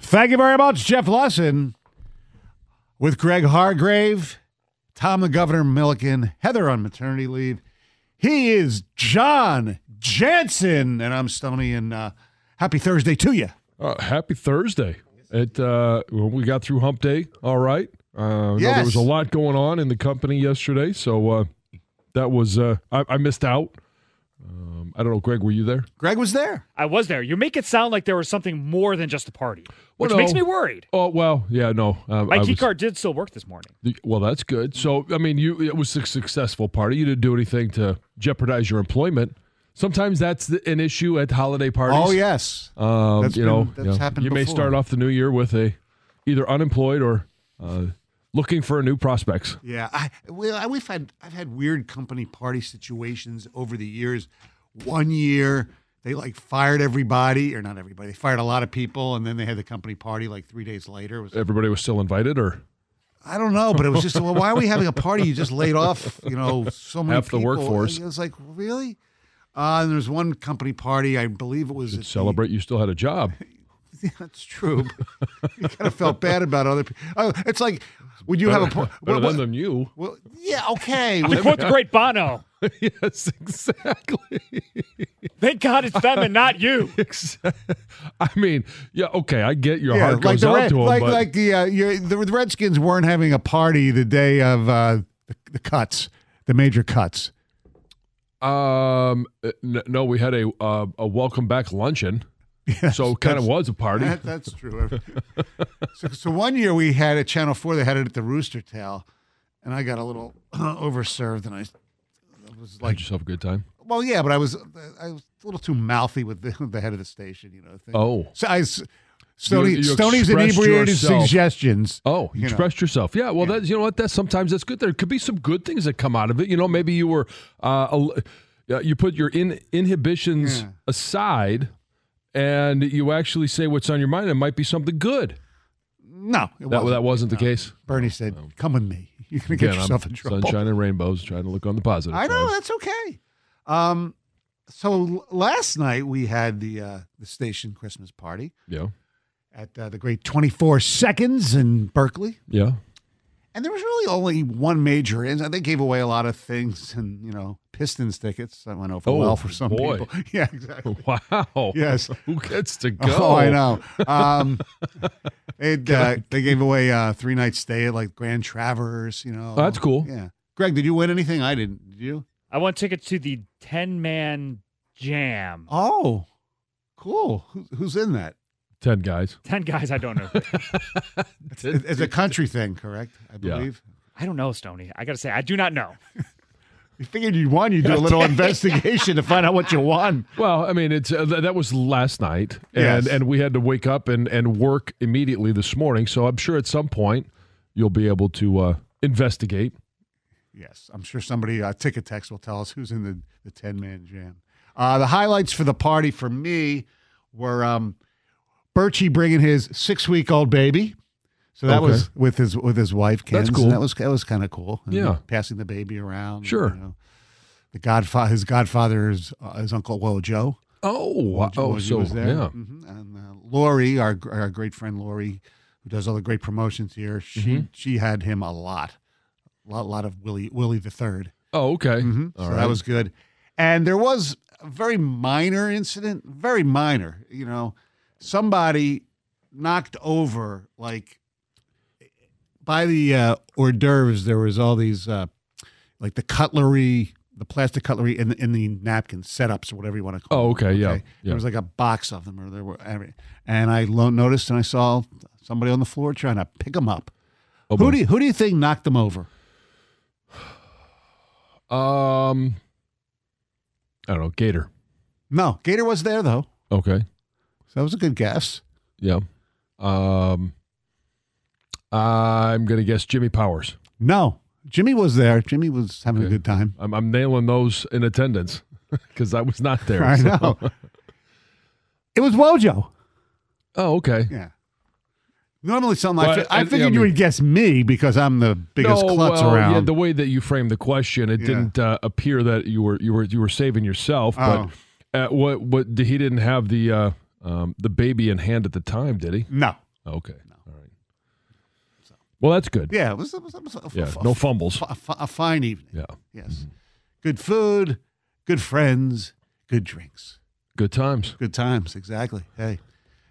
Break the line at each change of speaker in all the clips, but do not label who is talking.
Thank you very much, Jeff Lawson, with Greg Hargrave, Tom the Governor Milliken, Heather on maternity leave. He is John Jansen, and I'm Stony, and uh, happy Thursday to you.
Uh, happy Thursday. It uh, well, we got through hump day. All right. Uh, I know
Yes.
there was a lot going on in the company yesterday, so uh, that was uh, I, I missed out. Um, I don't know, Greg, were you there?
Greg was there.
I was there. You make it sound like there was something more than just a party, which
Well,
makes
no.
me worried.
Oh well, yeah, no. Um,
My
I
key
was-
card did still work this morning.
Well, that's good. So I mean, you it was a successful party. You didn't do anything to jeopardize your employment. Sometimes that's the, an issue at holiday parties.
Oh, yes.
Um,
That's
you
been-
know,
that's
you know,
happened
You may
before.
start off the new year with a either unemployed or uh, looking for new prospects.
Yeah, I well, I, we've had I've had weird company party situations over the years. One year they like fired everybody, or not everybody. They fired a lot of people, and then they had the company party like three days later. It was-
Everybody was still invited, or
I don't know, but it was just well, why are we having a party? You just laid off, you know, so many
Half the
people.
workforce.
It was like really. Uh, and there was one company party. I believe it was at
did
the-
celebrate you still had a job.
That's true. but you kind of felt bad about other people. Oh, it's like, would you have a par-
Better
what-
than,
what-
than you.
well, yeah, okay.
To quote the great Bono,
yes, exactly.
thank God it's them and not you.
Exa- I mean, yeah, okay, I get your
Yeah,
heart goes
the
out
Red-
to him,
like,
but
like the, uh, your, the the Redskins weren't having a party the day of uh, the, the cuts, the major cuts.
um, n- no, we had a uh, a welcome back luncheon, so it kind of
that's-
was a party.
That, that's true. so, so one year we had at Channel Four, they had it at the Rooster Tail, and I got a little overserved, and I was
Had
like,
yourself a good time.
well, yeah, but I was I was a little too mouthy with the, the head of the station, you know. Thing.
Oh.
so I. s- Stoney,
You- you
Stoney's
expressed
inebriated
yourself.
suggestions.
Oh, you
You know.
expressed yourself. Yeah. Well, that's you know what. That's sometimes that's good. There could be some good things that come out of it. You know, maybe you were, uh, al- uh, you put your in, inhibitions
Yeah.
aside, and you actually say what's on your mind. It might be something good.
No, it
That
wasn't.
that wasn't the case.
Bernie said, "Come with me. You're gonna get
Again, I'm
yourself in trouble."
Sunshine and rainbows. Trying to look on the positive.
I know
side.
that's okay. Um, so l- last night we had the uh, the station Christmas party
Yeah.
at uh, the great 24 Seconds in Berkeley,
Yeah.
and there was really only one major. And they gave away a lot of things, and you know, Pistons tickets that went over
Oh,
well for some
boy.
people. Yeah, exactly.
Wow.
Yes.
Who gets to go?
Oh, I know. Um, it, uh, they gave away uh, three night stay at like Grand Traverse. You know,
Oh, that's cool.
Yeah, Greg, did you win anything? I didn't. Did you?
I want tickets to the 10 man jam.
Oh, cool. Who, who's in that?
Ten guys.
10 guys, I don't know.
It- It's a country thing, correct? I
Yeah.
believe.
I don't know, Stony. I got to say, I do not know.
You figured you'd won. You do a little investigation to find out what you won.
Well, I mean, it's uh, th- that was last night, and
Yes.
and we had to wake up and and work immediately this morning. So I'm sure at some point you'll be able to uh, investigate.
Yes, I'm sure somebody uh, ticket text will tell us who's in the the ten man jam. Uh, the highlights for the party for me were um, Birchie bringing his six week old baby. So that
Okay.
was with his with his wife.
That's
Ken's, and
cool.
That was that was kind of cool. And
Yeah.
passing the baby around.
Sure.
you know. the Godfather, his Godfather is uh, his uncle Wojo. Joe.
Oh, wow.
Wojo
oh,
was
so
there.
yeah,
Mhm. And uh, Lori, our our great friend Lori, who does all the great promotions here, she
Mm-hmm.
she had him a lot, a lot, lot of Willie Willie the 3rd
oh, okay,
so that was good. And there was a very minor incident, very minor. You know, somebody knocked over like by the uh, hors d'oeuvres. There was all these uh, like the cutlery, the plastic cutlery, and in the napkin setups or whatever you want to call.
Oh,
them,
okay, yeah, yeah.
There was like a box of them, or there were, every- and I lo- noticed and I saw somebody on the floor trying to pick them up.
Oh,
who
boy.
do you, who do you think knocked them over?
Um, I don't know. Gator.
No, Gator was there though.
Okay.
So that was a good guess.
Yeah. Um, I'm gonna guess Jimmy Powers.
No, Jimmy was there. Jimmy was having a
Okay.
good time.
I'm, I'm nailing those in attendance because I was not there.
I
so-
know. It was Wojo.
Oh, okay.
Yeah. Normally, something I,
Well,
fi- I
and- yeah,
figured
I
you
mean-
would guess me because I'm the biggest
No,
klutz
well,
around.
Yeah, the way that you framed the question, it
Yeah.
didn't uh, appear that you were you were you were saving yourself.
Oh.
But uh what what he didn't have the uh, um, the baby in hand at the time, did he? Oh,
no.
Okay. All right. Well, that's good.
Yeah, it was, it was, it was a,
Yeah.
a-
no fumbles.
a, fi- a fine evening.
Yeah.
Yes. Good food, good friends, good drinks,
Good times.
good times. Exactly. Hey,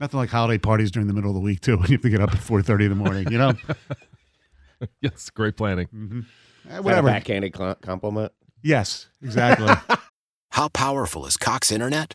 nothing like holiday parties during the middle of the week, too, when you have to get up at 4.30 in the morning, you know?
Yes. Great planning.
Eh,
Is that a
Whatever.
backhanded cl- compliment.
Yes, exactly.
How powerful is Cox Internet?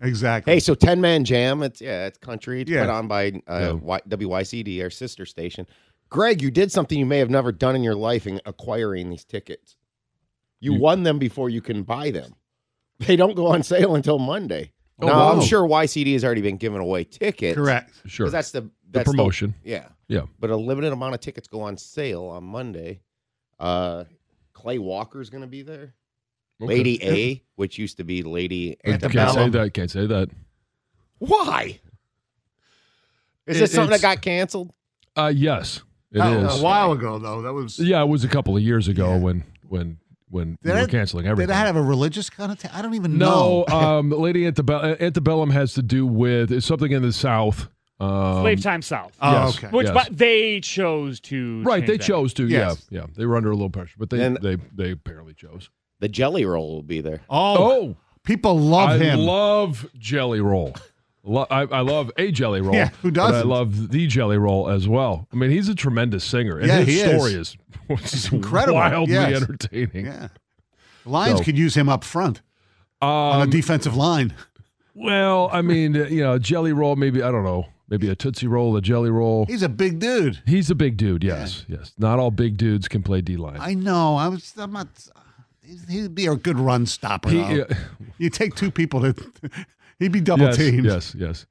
exactly.
Hey, so Ten Man Jam. It's yeah, it's country. It's
Yeah.
put on by
Yeah.
uh, y- WYCD, our sister station. Greg, you did something you may have never done in your life in acquiring these tickets. You,
You-
won them before you can buy them. They don't go on sale until Monday.
Oh,
now
wow.
I'm sure YCD has already been giving away tickets.
Correct.
'cause
Sure.
That's the
the
that's
promotion.
yeah,
Yeah.
but a limited amount of tickets go on sale on Monday. Uh, Clay Walker's going to be there.
Okay.
Lady A, which used to be Lady
Can't say
Antebellum.
that. Can't say that.
Why? Is
It-
this something
it's-
that got canceled?
Uh, yes, it is.
That
Oh, uh,
was A while ago, though, that was.
Yeah, it was a couple of years ago
Yeah.
when when when
Did
we were
it-
canceling
Did
everything.
that have a religious connotation? I don't even
no,
know.
um, Lady Antebellum, Antebellum has to do with it's something in the South. Um,
Slave Time South.
Oh,
yes.
okay.
which
yes.
but they chose to
right,
change
they
that.
chose to.
Yes.
Yeah, yeah, they were under a little pressure, but they
And-
they they apparently chose.
The jelly roll will be there.
Oh,
Oh,
people love
I
him.
love Jelly Roll. Lo- I, I love a Jelly Roll.
Yeah, who
but I
doesn't?
love the Jelly Roll as well. I mean, he's a tremendous singer, and
Yeah,
his
he is.
story is, is
incredible,
wildly
yes.
entertaining.
yeah. The Lions
So-
could use him up front on
Um,
the defensive line.
Well, I mean, you know, a jelly roll, maybe, I don't know, maybe a Tootsie Roll, a jelly roll.
He's a big dude.
He's a big dude, yes, yes. Not all big dudes can play D line.
I know. I was. I'm not. He'd be a good run stopper.
He-
though.
uh,
you take two people to. He'd be double
yes,
teamed.
yes, yes,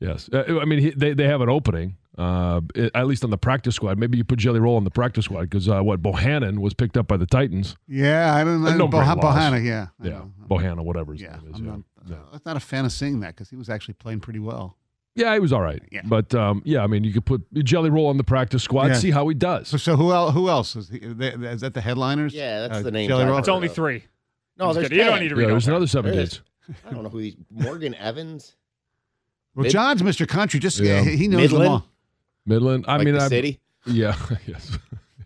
yes. Uh, I mean, he, they, they have an opening, uh, i- at least on the practice squad. Maybe you put jelly roll on the practice squad because uh, what, Bohannon was picked up by the Titans.
Yeah, I don't know.
No great
Boh-
loss.
Bohanna, yeah. I
Yeah,
know.
Bohannon, whatever his
Yeah.
name is.
I'm
yeah.
not, uh, I was not a fan of seeing that because he was actually playing pretty well.
Yeah, he was all right.
Yeah.
But um, yeah, I mean, you could put jelly roll on the practice squad,
Yeah.
see how he does.
So, so who else? Who else is, he, th- is that? The headliners? Uh,
Yeah, that's the names
Jelly
I
Roll?
It's only three.
No,
It's
there's
good. you don't
ten.
need to
yeah,
read. all
there's
that.
another seven
There it
dudes.
I don't know who these Morgan Evans.
Well,
Mid-
John's Mr. Country. Just
Yeah.
he knows them
Midland?
all.
Midland. I
Like
mean,
the
I,
city.
Yeah. Yes.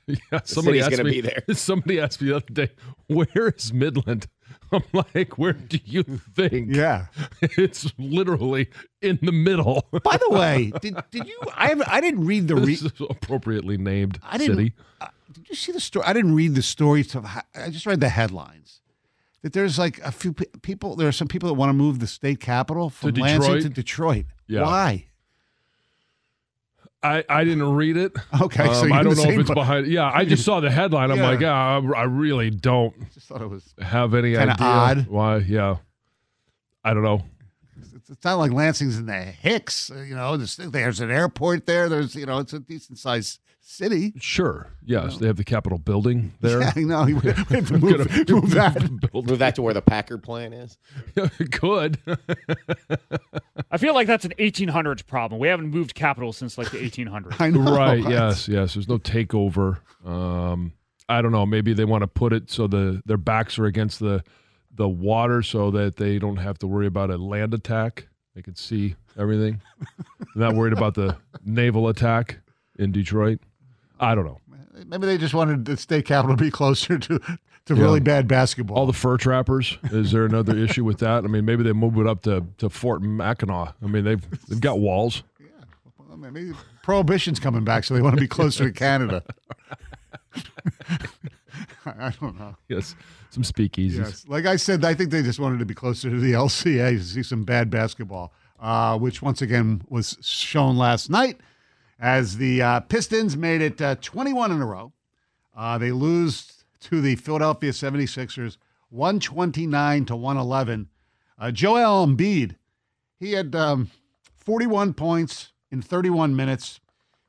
yeah. Somebody
city's
asked
gonna be
me.
there.
Somebody asked me the other day, "Where is Midland?" I'm like, "Where do you think?"
Yeah.
It's literally in the middle.
By the way, did, did you? I have, I didn't read the re-
This is appropriately named
I didn't.
city.
Uh, did you see the story? I didn't read the story. To, I just read the headlines. That there's like a few pe- people. There are some people that want to move the state capital from Lansing
Detroit?
to Detroit.
Yeah.
Why?
I, I didn't read it.
Okay, so
Um,
you're
I
the
don't know if
same
it's
boat.
behind. Yeah, I just saw the headline. I'm
Yeah.
like, ah, I really don't
I just thought it was.
have any
Kinda
idea
odd.
why. Yeah, I don't know.
It's, it's not like Lansing's in the Hicks. uh, You know, there's, there's an airport there. There's you know, it's a decent sized city.
Sure. Yes, they have the Capitol building there.
Yeah, I know. You would- move,
Gonna-
move that.
Move that to where the Packer plant is.
Could.
I feel like that's an 1800s problem. We haven't moved capital since like the 1800s.
I know.
Right. Yes. Yes. There's no takeover. Um, I don't know. Maybe they want to put it so the their backs are against the the water so that they don't have to worry about a land attack. They can see everything. They're not worried about the naval attack in Detroit. I don't know.
Maybe they just wanted the state capital to be closer to to really bad basketball.
All the fur trappers. Is there another issue with that? I mean, maybe they move it up to, to Fort Mackinac. I mean, they've they've got walls.
Well, maybe prohibition's coming back, so they want to be closer to Canada. I don't know.
Yes, some speakeasies.
Yes, like I said, I think they just wanted to be closer to the LCA to see some bad basketball, uh, which once again was shown last night as the uh, Pistons made it uh, 21 in a row. Uh, they lose to the Philadelphia 76ers 129 to 111. Uh, Joel Embiid, he had um, 41 points in 31 minutes.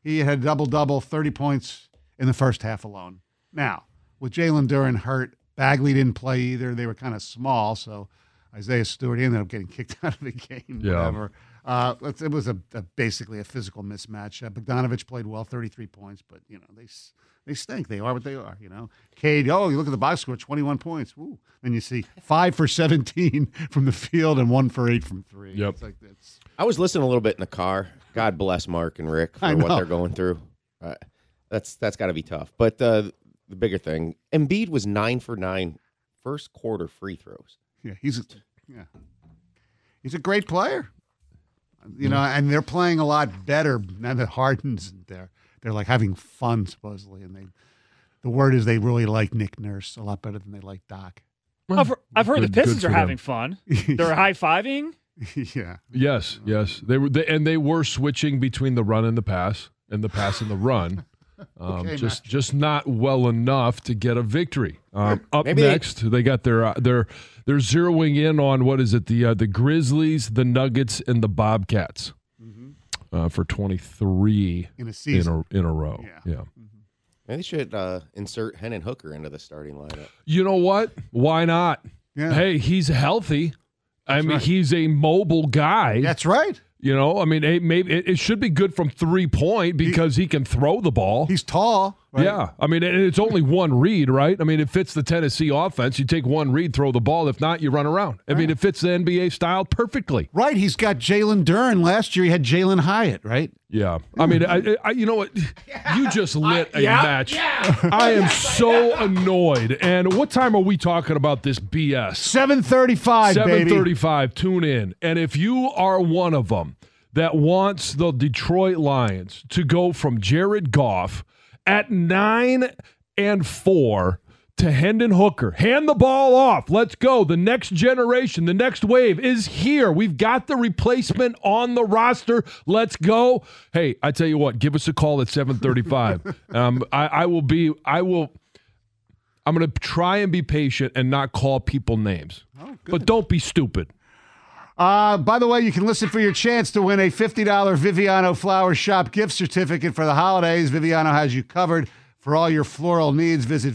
He had a double double, 30 points in the first half alone. Now, with Jalen Duran hurt, Bagley didn't play either. They were kind of small, so Isaiah Stewart he ended up getting kicked out of the game.
Yeah.
Whatever. Uh, it's- it was a, a basically a physical mismatch. Uh, Bogdanovich played well, 33 points, but you know they s- they stink. They are what they are. You know, Cade. Oh, you look at the box score, 21 points. Woo. Then you see five for 17 from the field and one for eight from three.
Yep.
It's like that's
I was listening a little bit in the car. God bless Mark and Rick
I
for what
know.
they're going through. Uh, that's that's got to be tough. But uh, the bigger thing, Embiid was nine for nine first quarter free throws.
Yeah, he's a, yeah, he's a great player. You know, and they're playing a lot better now that Harden's there. They're like having fun supposedly, and they. The word is they really like Nick Nurse a lot better than they like Doc.
Well,
I've, I've heard
good-
the
good
Pistons
for
are
them.
having fun. They're high fiving.
yeah,
Yes, yes. They were, they, and they were switching between the run and the pass, and the pass and the run. Um,
Okay,
just, just not well enough to get a victory. Um, up
Maybe they-
next, they, got their, uh, their, they're zeroing in on what is it? The, uh, the Grizzlies, the Nuggets, and the Bobcats uh, for twenty three
in a
in
season.
a in a row.
Yeah.
yeah.
Maybe they should uh, insert Hennon Hooker into the starting lineup.
You know what? Why not?
Yeah.
Hey, he's healthy. I mean, he's a mobile guy.
That's right.
You know, I mean, it, maybe it, it should be good from three point because he, can throw the ball.
He's tall. Right?
Yeah, I mean, and it's only one read, right? I mean, it fits the Tennessee offense. You take one read, throw the ball. If not, you run around. I mean, it fits the NBA style perfectly.
Right. He's got Jalen Duran. Last year he had Jalen Hyatt. Right.
Yeah, I mean, I, I you know what? You just lit a match. I am so annoyed. And what time are we talking about this BS?
Seven thirty-five.
Seven
Baby.
thirty-five. Tune in, and if you are one of them that wants the Detroit Lions to go from Jared Goff at nine and four to Hendon Hooker, hand the ball off. Let's go. The next generation, the next wave is here. We've got the replacement on the roster. Let's go. Hey, I tell you what, give us a call at seven thirty-five. um, I, I will be. I will. I'm going to try and be patient and not call people names. but don't be stupid.
Uh, by the way, you can listen for your chance to win a $50 Viviano Flower Shop gift certificate for the holidays. Viviano has you covered for all your floral needs. Visit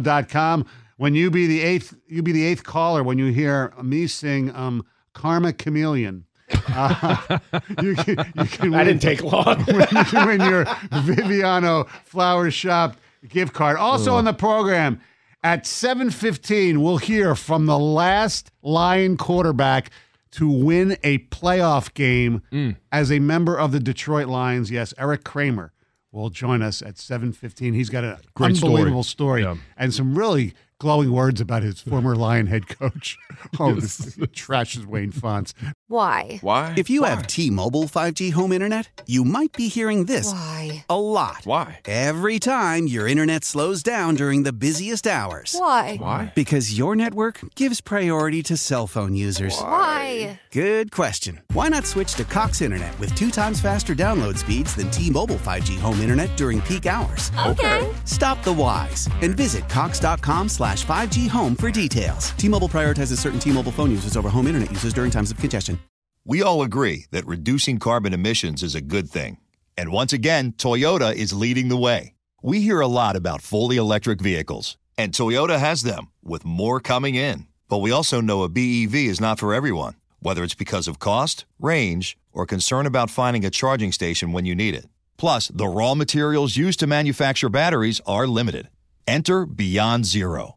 Viviano.com. When you be the eighth, you be the eighth caller when you hear me sing um, Karma Chameleon. Uh, you can, you
That
can win-
didn't take long.
you can win your Viviano Flower Shop gift card. Also on the program at 7:15, we'll hear from the last Lion quarterback to win a playoff game
Mm.
as a member of the Detroit Lions. Yes, Eric Kramer will join us at 7:15. He's got an
Great story.
unbelievable story,
Yeah.
and some really glowing words about his former Lion head coach. Oh, this trashes Wayne Fonts.
Why?
Why?
If you have T-Mobile 5G home internet, you might be hearing this
Why?
a lot.
Why?
Every time your internet slows down during the busiest hours.
Why?
Why?
Because your network gives priority to cell phone users.
Why?
Good question. Why not switch to Cox Internet with two times faster download speeds than T-Mobile 5G home internet during peak hours?
Okay.
Stop the whys and visit cox.com slash 5G home for details. T-Mobile prioritizes certain T-Mobile phone users over home internet users during times of congestion.
We all agree that reducing carbon emissions is a good thing. And once again, Toyota is leading the way. We hear a lot about fully electric vehicles, and Toyota has them, with more coming in. But we also know a BEV is not for everyone, whether it's because of cost, range, or concern about finding a charging station when you need it. Plus, the raw materials used to manufacture batteries are limited. Enter Beyond Zero,